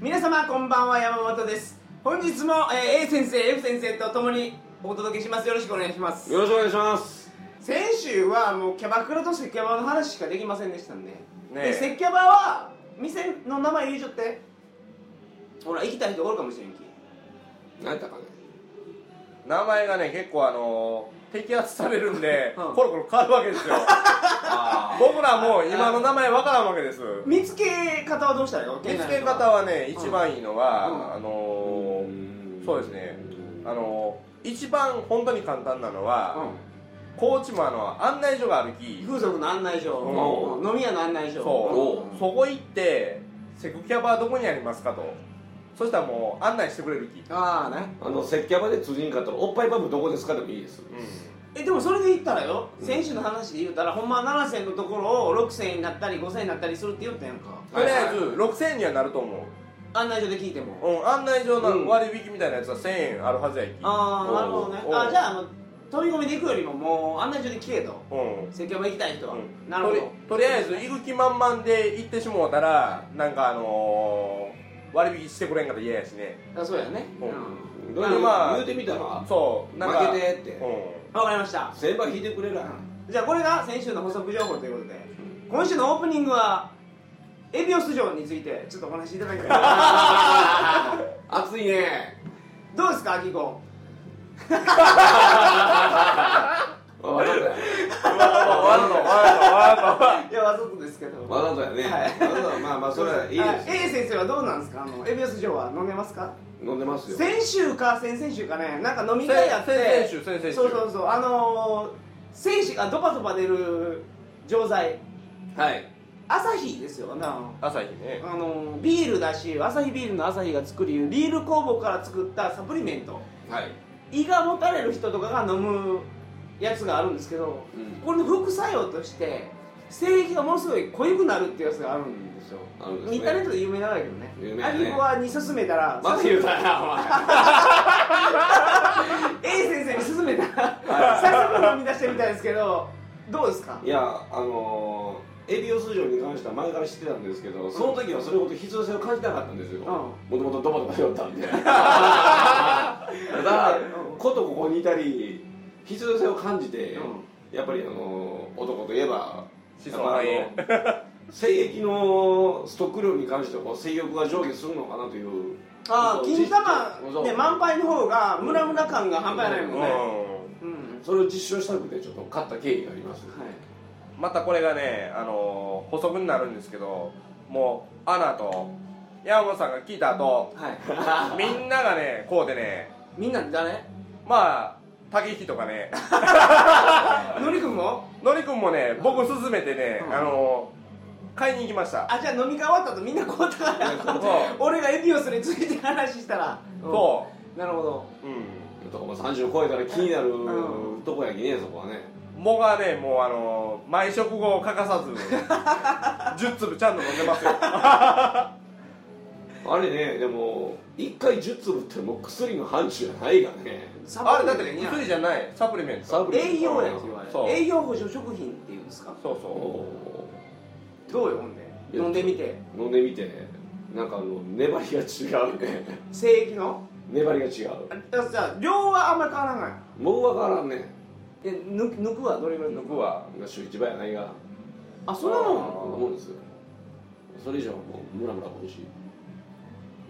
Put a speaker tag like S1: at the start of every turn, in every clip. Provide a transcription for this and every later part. S1: 皆様こんばんは山本です本日も、えー A 先生 F 先生と共にお届けしますよろしくお願いします
S2: よろしくお願いします
S1: 先週はもうキャバクラとセキャバの話しかできませんでしたんで、で
S2: え
S1: セキャバは店の名前入れちゃってほら行きたい人おるかもしれんき
S2: 何やったかね名前がね結構あのー、摘発されるん で、
S1: うん
S2: コロコロ変わるわけですよ僕らも今の名前わからんわけです
S1: 見つけ方はどうしたらいいの
S2: 見つけ方はね
S1: うん
S2: 一番いいのは、
S1: うん
S2: あのー、そうですねあのー、一番本当に簡単なのは、
S1: う
S2: 高知もあの案内所があるき
S1: ん、風俗の案内所、
S2: う
S1: 飲み屋の案内所
S2: そう、
S1: ん
S2: そこ行ってセクキャバはどこにありますかとそしたらもう案内してくれるき、
S1: ああね
S3: あの接キャバで通じんかったらおっぱいパブどこですかでもいいです、
S1: えでもそれで言ったらよ選手の話で言ったら、ほんまは7000のところを6000になったり5000になったりするって言ったやんか
S2: とりあえず6000円にはなると思
S1: 案内所で聞いても、
S2: う、うん、案内所
S3: うん
S2: の割引みたいなやつは1000円あるはずやき
S1: ああなるほどね
S2: おうおう
S1: あじゃああの飛び込みで行くよりももう案内所で聞けと
S2: うん
S1: 積極行きたい人は、
S2: うん
S1: なるほど
S2: とりとりあえず行く気満々で行ってしもうたらなんかあのー、割引してくれんかったら嫌やしね
S1: あそうやねう
S2: うんん
S3: どう
S1: な
S3: い
S1: るほ
S3: うの
S1: ど
S2: まあ
S3: 言うてみたら
S2: そうなんか
S3: 負けてって
S2: う
S1: わかりました
S3: 先輩引いてくれない
S1: じゃあこれが先週の補足情報ということで今週のオープニングはエビオス城についてちょっとお話しいただきたい な
S3: 熱いね
S1: どうですかアキコ
S2: んわざとわざと
S3: わわざとや
S2: わざ
S1: い
S2: と
S1: やわざとですけど
S3: わざとやね、
S1: はい
S3: わざとまあまあそれはいいで
S1: はい
S3: す、
S1: A 先生はどうなんですかあのエビオス城は飲んでますか
S3: 飲んでますよ
S1: 先週か先々週かねなんか飲み会やって
S2: 先々週先々週
S1: そうそうそうあのー、選手がドバドバ出る錠剤
S3: はい
S1: 朝日ですよな
S2: 朝日ね
S1: あのー、ビールだし朝日ビールの朝日が作るビール工房から作ったサプリメント
S3: はい
S1: 胃がもたれる人とかが飲むやつがあるんですけど、
S3: うん
S1: これの副作用として精液がものすごい濃ゆくなるっていうやつがあるんですよ
S3: あるんですね
S1: インターネットで有名なんだけどね
S3: 有名
S1: ア
S3: だね
S1: リコはに勧めたら、
S3: まず言うたな
S1: A 先生に勧めたら早速飲み出してみたいですけどどうですか
S3: お前いやあのー、エビオス城に関しては前から知ってたんですけどその時はそれほど必要性を感じなかったんですよ
S1: ん
S3: もともとドバドバ酔っ たんでただことここにいたり必要性を感じて、やっぱりあのー男といえば
S2: 子孫繁栄
S3: やっぱあの精液のストック量に関してはこう性欲が上下するのかなという
S1: ああ
S3: そう
S1: 金
S3: そ
S1: 玉
S3: う
S1: ね満杯の方がムラムラ感が半端ないもんねうん、
S3: それを実証したくてちょっと買った経緯があります、
S1: はい
S2: またこれがね、あのー補足になるんですけどもうアナと山本さんが聞いた後
S1: はい
S2: みんながねこうでね
S1: みんな誰
S2: まあ竹引きとかね
S1: のりくんも
S2: のりくんもね僕勧めてね、
S1: うん
S2: あのー買いに行きました
S1: あじゃあ飲み会終わった後みんなこうたから
S2: そう
S1: 俺がエビオスについて話したら
S2: そ
S1: うんなるほど
S2: う、うん、
S3: とかもう30超えたら気になる
S1: う
S3: とこやきねそこはね
S2: 僕はねもうあのー毎食後欠かさ ず10粒ちゃんと飲んでますよ
S3: あれねでも1回10粒ってもう薬の範疇じゃないがね
S1: サ
S2: あれだっ
S1: プ
S2: て
S1: リ
S2: ね
S1: メント
S2: 薬じゃないサプリメント
S3: サブリ
S1: 栄養薬は
S2: そう
S1: 栄養補助食品っていうんですか
S2: そう
S3: お
S2: そ
S3: お
S1: どうよほんで
S3: いや
S1: 飲んでみて
S3: ー飲んでみてなんかあの粘りが違うね
S1: 精液の
S3: 粘りが違う
S1: あだからさ量はあんまり変わらない
S3: もうわからんね
S1: え抜く抜くはどれぐら
S2: う
S1: い
S2: 抜くわ
S3: 週一番やないが
S1: あそうなの
S3: こんなもんですよそれ以上はもうムラムラこいし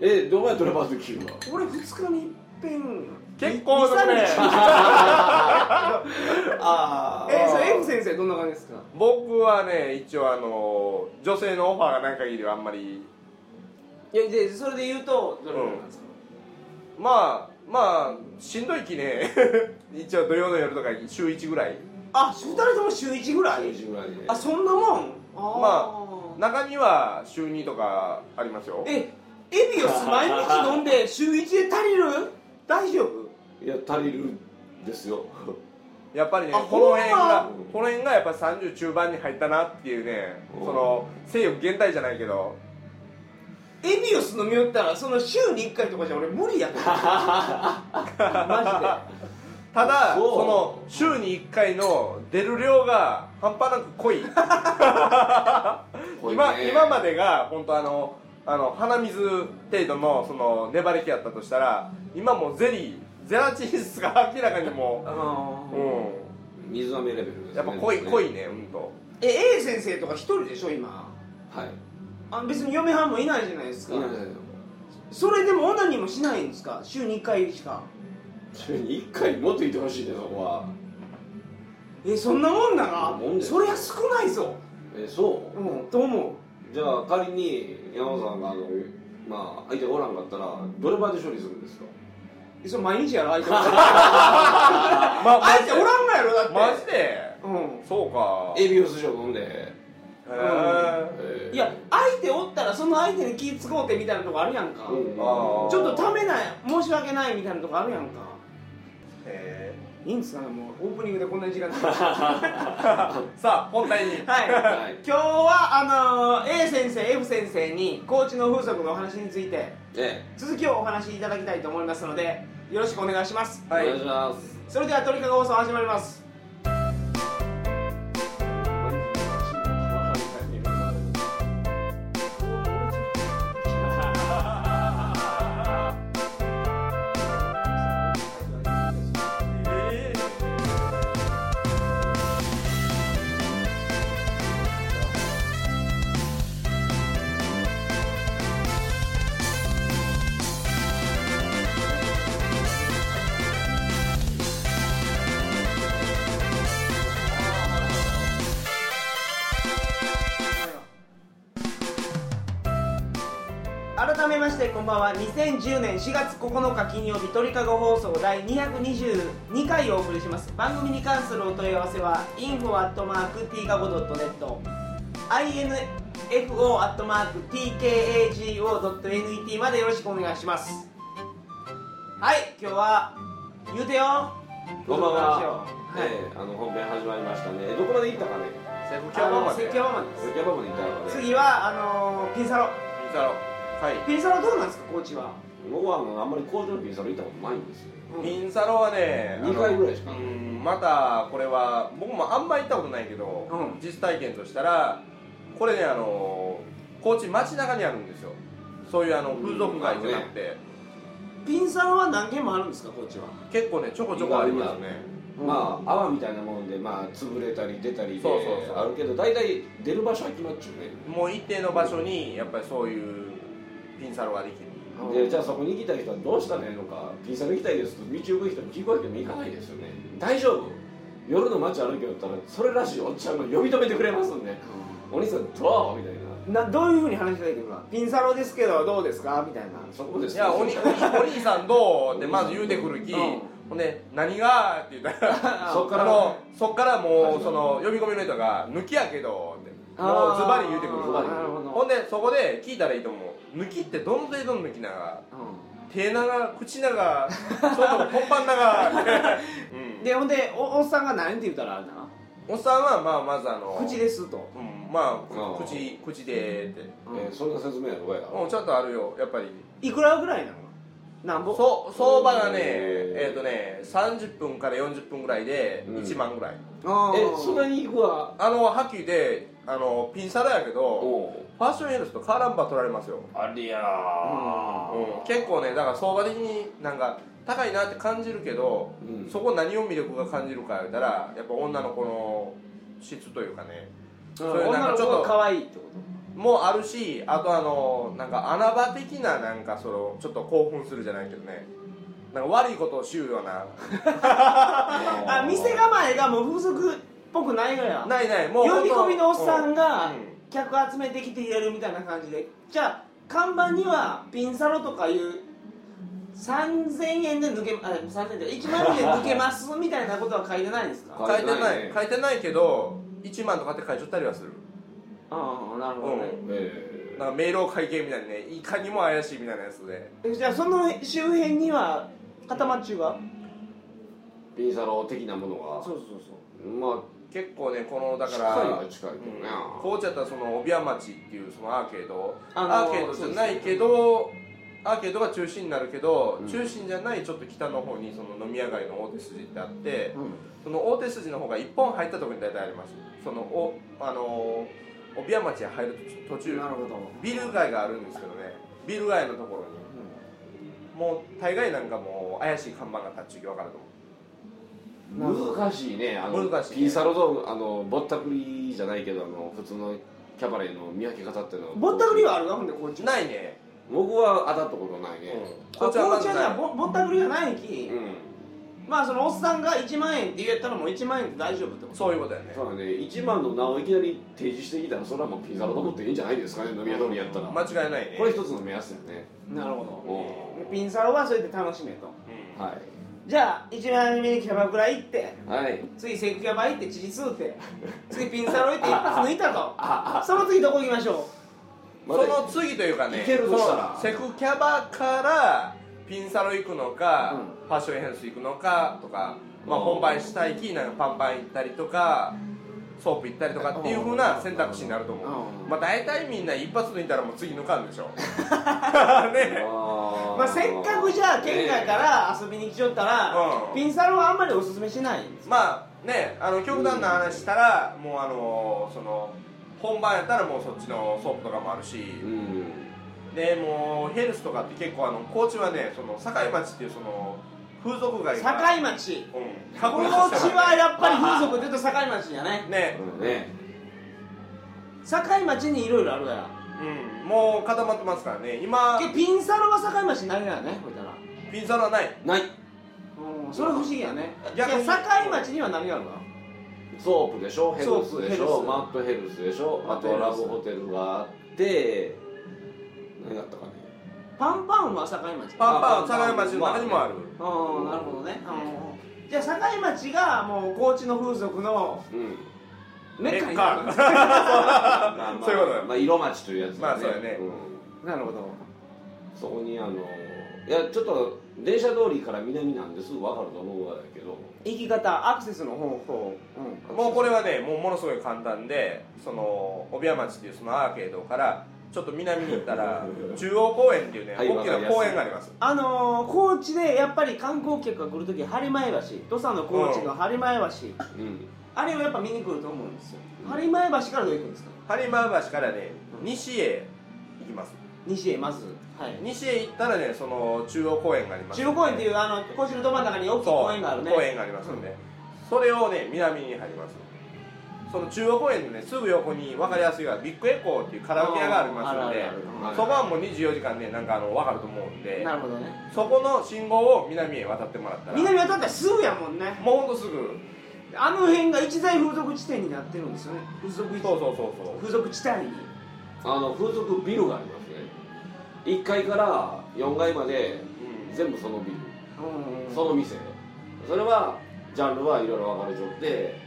S3: えどうやったらバズキューは
S1: 俺2日にいっぺん
S2: 結構だね
S3: あ
S1: えー、それ F 先生どんな感じですか
S2: 僕はね一応あの女性のオファーがない限りはあんまり
S1: いやでそれで言うとどれぐらいなんですか、
S2: まあまあしんどいきね 一応土曜の夜とか週1ぐらい
S1: あ二人とも週1ぐらい
S3: ぐらいで
S1: あそんなもんあー
S2: ま中には週2とかありますよ
S1: えエビオス毎日飲んで週1で足りる大丈夫
S3: いや足りるですよ
S2: やっぱりね
S1: あ
S2: この辺
S1: ほ
S2: が
S3: んま
S2: この辺がやっぱ30中盤に入ったなっていうね
S3: お
S2: その性欲減退じゃないけど
S1: エビオス飲みよったらその週に1回とかじゃ俺無理や からマジで
S2: ただそ
S3: そう
S2: の週に1回の出る量が半端なく濃い
S3: 濃いね
S2: 今今までが本当あのあの鼻水程度のその粘り気やったとしたら今もうゼリーゼラチン質が明らかにも
S1: あの
S2: う、
S1: ー
S2: う
S3: 水飴レベルです、ね、
S2: ん、やっぱ濃い
S3: ね
S2: 濃いねうんと
S1: え A 先生とか一人でしょ今
S3: はい
S1: あ別に嫁はんもいないじゃないですか
S3: いいですね
S1: それでもオナニーもしないんですか週に1回しか
S3: 週に1回もっといてほしいねそこは
S1: えそんなもんなら
S3: もんです
S1: そりゃ少ないぞ
S3: えそう
S1: うんと思う
S3: じゃあ仮に山本さんがあのまあ相手がおらんかったらどれまで処理するんですか
S1: えそれ毎日やろ相手
S2: まま
S1: 相手おらんがやろだって
S2: マジで
S1: うん
S2: そうか
S3: エビオス飲んで、
S2: へー
S3: えー
S1: いや相手おったらその相手に気使うてみたいなとこあるやんか、
S3: うん
S2: あー
S1: ちょっとためない申し訳ないみたいなとこあるやんか
S2: へ
S1: いいんですかねもうオープニングでこんなに時間 かか
S2: ーさあ本題に
S1: はい、
S3: はい
S1: 今日はあのー A 先生 F 先生に高知の風俗のお話について
S3: え
S1: 続きをお話しいただきたいと思いますのでよろしくお願いします
S3: え
S2: はい
S3: お願いします
S1: それでは鳥かご放送始まります
S2: えー
S1: 改めましてこんばんは2010年4月9日金曜日鳥かご放送第222回をお送りします番組に関するお問い合わせは info.tkago.net info.tkago.net までよろしくお願いしますはい今日は言うてよ
S3: こんばん
S1: 風
S3: は
S1: 俗、の話をはい
S3: ええあの本編始まりましたねどこまで行ったかね
S2: セブキ
S1: あ
S2: ャバ
S1: の
S2: まで
S1: 説教ママで
S3: ヤバまで行ったのか
S1: す
S3: ね
S1: 次はあのーピンサロ
S2: ピザロはい
S1: ピンサロどうなんですかコーチは
S3: 僕はあのあんまり工場のピンサロ行ったことないんですよ
S2: ピンサロはね
S3: 2回ぐらいし
S2: あ
S3: か
S2: のうんまたこれは僕もあんま行ったことないけど、
S1: うん
S2: 実体験としたらこれねあの高知街中にあるんですよそういうあの風俗街じゃなくて、
S1: ピンサロは何軒もあるんですかコーチは
S2: 結構ねちょこちょこありますね
S3: まあ泡みたいなもんでまあ潰れたり出たりで
S2: そうそうそう
S3: あるけど大体出る場所は決まっちゃうね
S2: もう一定の場所にやっぱりそういうピンサロができる
S3: でじゃあそこに行きたい人はどうしたらいいのかピンサロ行きたいですと道行く人に聞くわけにもいかないですよね大丈夫夜の街歩きよったらそれらしいおっちゃんが呼び止めてくれますんでお兄さんどうみたいな
S1: などういうふうに話しかけてくるかピンサロですけどどうですかみたいな
S3: そこです
S2: いやおにおにお兄さんどうってまず言うてくるき、
S1: うん
S2: ほんで「何が?」って言ったら
S3: そ
S2: そっ
S3: っか
S2: からら
S3: の
S2: のそっからもう
S3: 始まる
S2: その呼び込みの人が「抜きやけど」っても
S1: あ
S2: う
S1: ー
S2: ズバリ言うてくる
S3: ズバリ
S1: なるほど
S2: ほんでそこで聞いたらいいと思う抜きってどの程度の抜きなが手長口長それともポンパン 長、
S1: うんでほんでおおっさんが何て言ったらあれだな
S2: うん、おっさんはまあまずあの
S1: 口ですと
S2: うん、ま
S3: あ
S2: あ
S3: ー
S2: 口口でって
S3: えーそんな説明はどうや
S2: うんちょっとあるよやっぱり
S1: いくらぐらいなのなんぼ
S2: そう相場がね
S3: え
S2: えっ、とね30分から40分ぐらいで
S3: うん
S2: 1万ぐらい、
S1: あー
S3: えそんなに行くわ
S2: あの覇気であのピンサロやけど
S3: おう
S2: ファッションヘルスとカーランバ取られますよ、
S3: ありや
S2: うん結構ねだから相場的になんか高いなって感じるけど、
S3: うん
S2: そこ何を魅力が感じるか言ったらやっぱ女の子の質というかね
S1: うん
S2: そういうなん
S1: 女
S2: か
S1: の
S2: ち
S1: 子
S2: ょっと
S1: が可愛いってこ
S2: もあるしあとあのなんか穴場的ななんかそのちょっと興奮するじゃないけどねなんか悪いことをしようような
S1: とあ店構えがもう風俗っぽくないのや
S2: ないないもう
S1: 呼び込みのおっさんが
S2: うん
S1: 客集めてきて入れるみたいな感じでじゃあ看板にはピンサロとかいう3000円で抜けあ3000円で1万円で抜けますみたいなことは書いてないんですか
S3: は
S2: 書いてない
S3: ないね
S2: 書いてないけど1万とかって書いちゃったりはする
S1: ああなるほどね、
S3: え
S2: なんかメールを会計みたいにねいかにも怪しいみたいなやつで
S1: えじゃあその周辺には固まっちゅうが
S3: ーピンサロ的なものが
S1: そうそうそう
S3: ま
S2: 結構ねこの
S3: あ
S2: だか
S3: 近いは
S2: ら
S3: 近いけどね、
S2: 紅茶とその帯屋町っていうそのアーケード
S1: あの
S2: アーケードじゃないけどアーケードが中心になるけど、
S3: うん
S2: 中心じゃないちょっと北の方にその飲み屋街の大手筋ってあって
S1: うん
S2: その大手筋の方が1本入ったところに大体ありますそのおあのー帯屋町へ入る途中
S3: なるほど
S2: ビル街があるんですけどねビル街のところにもう大概なんかもう怪しい看板が立っちゅうき分かると思う
S3: 難しいねあの
S2: 難しいね
S3: ピンサロとあのぼったくりじゃないけどあの普通のキャバレーの見分け方っていうのは
S1: ぼったくりはあるわほんでこっち
S2: ないね、
S3: 僕は当たったことないね
S2: う
S1: あ
S2: ん、
S1: こっち
S2: ま
S1: は
S2: ず
S1: じ
S2: ない
S1: ゃぼぼったくりがないき、
S3: うん、
S1: まあそのおっさんが1万円って言えたらもう1万円で大丈夫ってこと
S2: そういうことやね
S3: そうだね1万の名をいきなり提示してきたらそれはもうピンサロと思っていいんじゃないですかね飲み屋通りやったら、
S2: 間違いないね
S3: これ一つの目安だよね
S1: なる
S3: う
S1: ほ
S3: ん
S1: ピンサロはそれで楽しめと
S2: うん
S3: は
S1: じゃあ1万円目にキャバクラ行って
S3: いはい
S1: 次セクキャバ行ってチリ吸うて次ピンサロ行って一発抜いたとその次どこ行きましょ
S3: ま
S2: そ
S3: だ
S2: の次というかね
S3: いけるとしたら
S2: そのセクキャバからピンサロ行くのか、
S3: う
S2: ファッションエンヘンス行くのかとか、まあ、
S3: うん
S2: 本番したいきなんかパンパン行ったりとかソープ行ったりとかっていうふうな選択肢になると思う、
S3: うん
S2: まあ、大体みんな一発抜いたらもう次抜かん でしょ ね
S1: う
S3: ま
S1: まあせっかくじゃあ県外から遊びに来ちゃったら
S2: うん
S1: ピンサロはあんまりおすすめしないんです
S2: まあねあの極端な話したら、もうあのその本番やったらもうそっちのソープとかもあるし、
S3: うん
S2: でもうヘルスとかって結構あの高知はねその境町っていうその風俗街
S1: 境
S2: が
S1: 町
S2: うん
S1: この地はやっぱり風俗って言うと境町じゃない
S2: ね
S3: うんね
S1: 境町にいろいろあるから
S2: うんもう固まってますからね今
S1: けピンサロは境町になれないねこういったら
S2: ピンサロはない
S3: ない
S1: うんそれは不思議やねいや
S2: 逆に
S1: 境町には何があるか
S3: ソープでしょヘルスでし
S1: ソー
S3: ょ
S1: プ
S3: マットヘルスでしょ
S2: マ
S3: あ
S2: ットヘ
S3: と
S2: ルス
S3: ラブホテルがあって何があったかね
S1: パンパンは境町
S2: パンパンは境町の中にもある
S1: うんなるほどねうんじゃあ境町がもう高知の風俗の
S3: うん
S1: メッカに
S2: メッカ
S1: なるんですね
S3: まあまあま あ
S2: そういうことよ
S3: まあ色町というやつ
S2: ま
S3: だ
S2: あそうやね
S3: うん
S1: なるほど
S3: そこにあのいやちょっと電車通りから南なんですぐ分かると思うわだけど
S1: 行き方アクセスの方法うん
S2: もうこれはねもうものすごい簡単でその帯屋町っていうそのアーケードからちょっと南に行ったら中央公園っていうね
S3: はい
S2: 大きな公園があります
S1: あのー、高知でやっぱり観光客が来るとき播磨橋土佐の高知の播磨橋、
S3: うん
S1: あれをやっぱ見に来ると思うんですよ播磨橋からどう行くんですか
S2: 播磨橋からね西へ行きます
S1: 西へまず、はい、
S2: 西へ行ったらねその中央公園があります
S1: 中央公園っていううあの高知のど真ん中に大きい公園があるね
S2: 公園がありますんで、それをね南に入りますその中央公園のねすぐ横に分かりやすいがビッグエコーっていうカラオケ屋がありますんで
S1: あるあるあ
S3: る
S2: そこはもう24時間ねなんかあの分かると思うんで
S1: なるほどね
S2: そこの信号を南へ渡ってもらったら
S1: 南渡ったらすぐやもんね
S2: もうほんとすぐ
S1: あの辺が一大風俗地点になってるんですよね風俗
S2: そう
S1: 地
S2: そうそうそう
S1: 風俗地帯に
S3: あの風俗ビルがありますね1階から4階まで
S2: うん
S3: 全部そのビル
S1: うん
S3: その店それはジャンルはいろいろ分かれちゃって、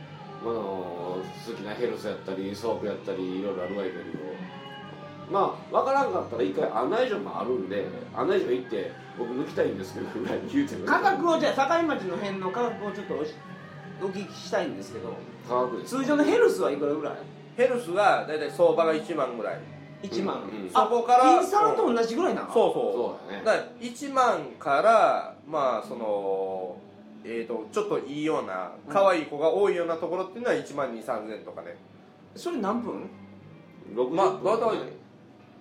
S3: あの好きなヘルスやったりソープやったりいろいろあるわけやけどまあ分からんかったら一回案内所もあるんで案内所行って僕抜きたいんですけどぐらいに言うてくれ
S1: 価格をじゃあ境町の辺の価格をちょっとおしお聞きしたいんですけど
S3: 価格です
S1: 通常のヘルスはいくらぐら
S2: ヘルスが大体相場が1万ぐらい
S1: い1万、
S3: うんうん
S1: あ
S2: そこから
S1: ピンサロと同じぐらいなの
S2: そうそう
S3: そうだね
S2: だから1万からまあそのえー、とちょっといいような可愛い子が多いようなところっていうのは1万2 3 0 0 0とかね
S1: それ何分
S3: 6
S2: まあだいたい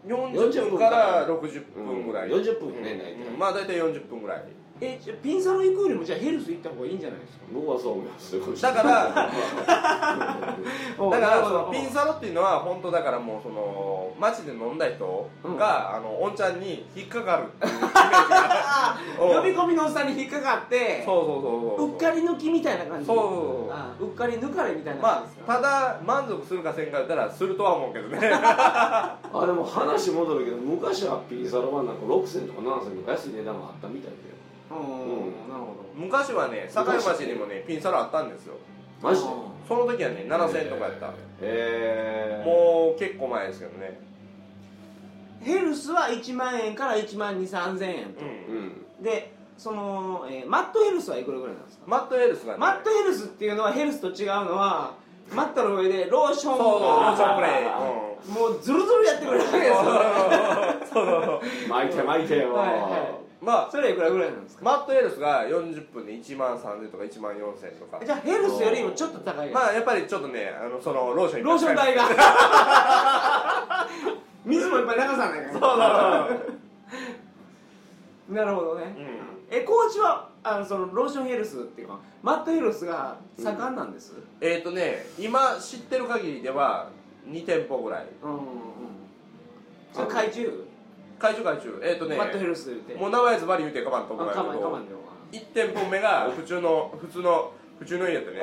S2: 40分から60分ぐらい、うん
S3: 40分ね大体、
S2: まあ大体40分ぐらい
S1: えじゃあピンサロ行くよりもじゃあヘルス行った方がいいんじゃないですか
S3: 僕はそう思い ます
S2: だからだか
S1: なる
S2: ら
S1: ほ
S2: そ
S1: ど
S2: のピンサロっていうのは本当だからもうその街で飲んだ人が、あのおんちゃんに引っかかるっていうイメージがう ん
S1: 呼び込みのおっさんに引っかかって
S2: そうそうそうそう
S1: うっかり抜きみたいな感じ
S2: そうそうそう
S1: あうっかり抜かれみたいな感
S2: ま
S1: じです
S2: あ
S1: か、
S2: ただ満足するかせんか言ったらするとは思うけどね
S3: あでも話戻るけど昔はピンサロはなんか6銭とか7銭とか安い値段があったみたいだよ
S1: うん
S3: うん
S1: なるほ
S2: 昔はね境町にもねピンサロあったんですよ
S1: ど
S3: マジで
S2: その時はね7000円とかやった、
S3: えー、
S2: もう結構前ですけどね
S1: ヘルスは1万円から1万2 3 0 0円
S2: う、
S3: うんん
S1: でその、えーマットヘルスはいくらぐらいなんですか
S2: マットヘルスがね
S1: マットヘルスっていうのはヘルスと違うのはマットの上でローション
S2: そう
S1: を
S2: そうローションプレイ、
S1: もうズルズルやってくれるわけですよ
S2: うん、そうそうそう
S3: 巻いて巻いてよ、
S1: はいは
S2: まあ
S1: それいくらぐらいなんですか
S2: マットヘルスが40分で1万3000とか1万4000とか
S1: じゃあヘルスよりもちょっと高いやつ
S2: まあやっぱりちょっとねあのそのローションいっぱ
S1: ロ
S2: い
S1: ーション 代が水もいっぱい流さないから
S2: そうそうそう
S1: なるほどね、
S2: う
S1: えコーチはあのそのローションヘルスっていうかマットヘルスが盛んなんです
S2: えっ、ー、とね今知ってる限りでは2店舗ぐらい
S1: うんうんうんそれ海中
S2: 会長会長えっ、ー、とね
S1: マットヘルスで言って
S2: もう名前ズバリ言うてかばんと
S1: あ
S2: 思
S1: か
S2: う
S1: ま
S2: や
S1: ん
S2: け
S1: かまん
S2: ど
S1: でも
S2: 1店舗目が普通の普通の普通の家や ったね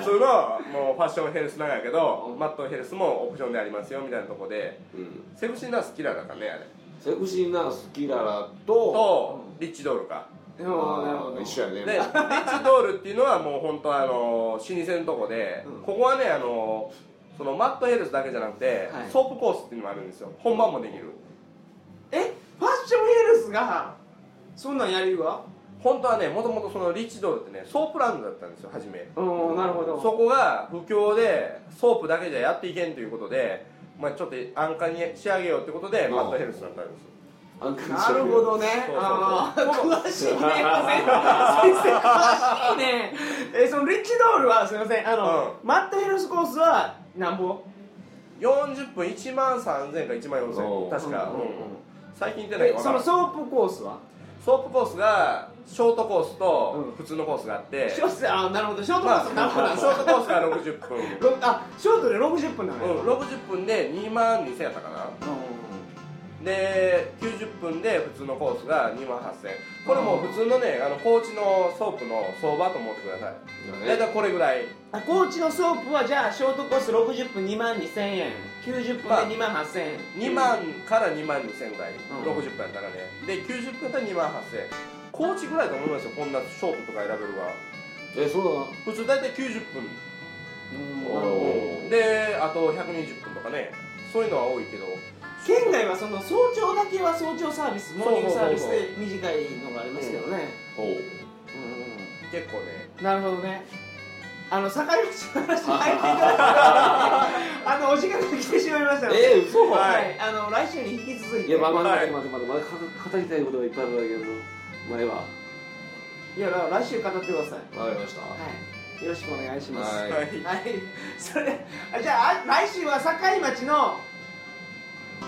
S2: 普通のもうファッションヘルスなんやけどマットヘルスもオプションでありますよみたいなとこで
S3: うん、
S2: セクシーナースキラーだからねあれ
S3: セクシーな好きならと
S2: とリッチドールか
S1: でもなるほど
S3: 一緒やね
S2: でリッチドールっていうのはもう本当あの老舗のとこで、
S1: うん
S2: ここはねあのそのマットヘルスだけじゃなくて、
S1: はい
S2: ソープコースっていうのもあるんですよ本番もできる
S1: えファッションヘルスがそんなんやりるわ
S2: 本当はねもともとそのリッチドールってねソープランドだったんですよ初め
S1: うんなるほど
S2: そこが不況でソープだけじゃやっていけんということで、まあ、ちょっと安価に仕上げようってことで
S3: うん
S2: マットヘルスになったんですよ
S3: アンカーにし
S1: な
S3: て
S1: るほどね
S2: そうそうそう
S1: ああ 詳しいね先生先生詳しいねえそのリッチドールはすみませんあの、マットヘルスコースはなんぼ
S2: 40分1万3000か1万4000
S3: おー
S2: 確か、
S1: うんうんうん
S2: うん最近出ない
S1: え
S2: か分か
S1: そ
S2: ら
S1: の
S2: ん
S1: ソープコースは
S2: ソープコースがショートコース
S1: う
S2: と
S1: ん
S2: 普通のコースがあって、
S1: ショートあなるほどショートコ
S2: ま
S1: ー
S2: あ、
S1: スなんぼなん
S2: ショートコースが60分、う
S1: ろあショートで60分なのよ、
S2: ん、60分で2万2000やったかなで90分で普通のコースが2万8000これもう普通のねあの高知のソープの相場と思ってください大体これぐらい
S1: あ高知のソープはじゃあショートコース60分2万2000円90
S2: まあ
S1: 分で2万8000円、
S2: 2万から2万2000ぐらい、
S1: ん
S2: 60分やったらねで90分やったら2万8000高知ぐらいと思いますよこんなショートとか選べるが
S3: えそうだな
S2: 普通大体90分
S1: うんなるほど
S3: おー
S2: であと120分とかねそういうのは多いけど
S1: 県外はその早朝だけは早朝サービスモーニングサービスで短いのがありますけどね
S3: おう
S2: 結構ね
S1: なるほどねあの坂道の話に入っていただいてあのお時間が来てしまいましたので、
S3: えー、嘘
S1: はいい、あの来週に引き続いて
S3: いや、まあ、まだ
S2: は
S3: 待
S2: い
S3: て待て待てまだ語りたいことがいっぱいあるんだけど前はい
S1: や来週語ってください、
S3: わかりました
S1: はい、よろしくお願いします
S3: は
S1: はいい、
S2: はい
S1: それあじゃああ来週は堺町の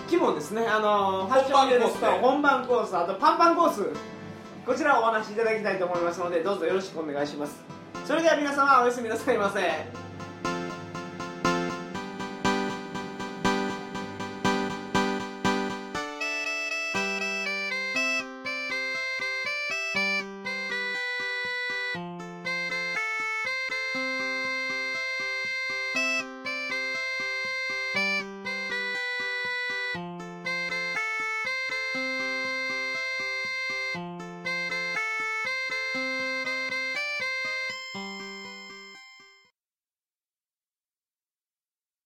S1: 規模ですねあのファッションレスト本番コースあとパンパンコースこちらをお話しいただきたいと思いますのでどうぞよろしくお願いしますそれでは皆様おやすみなさいませ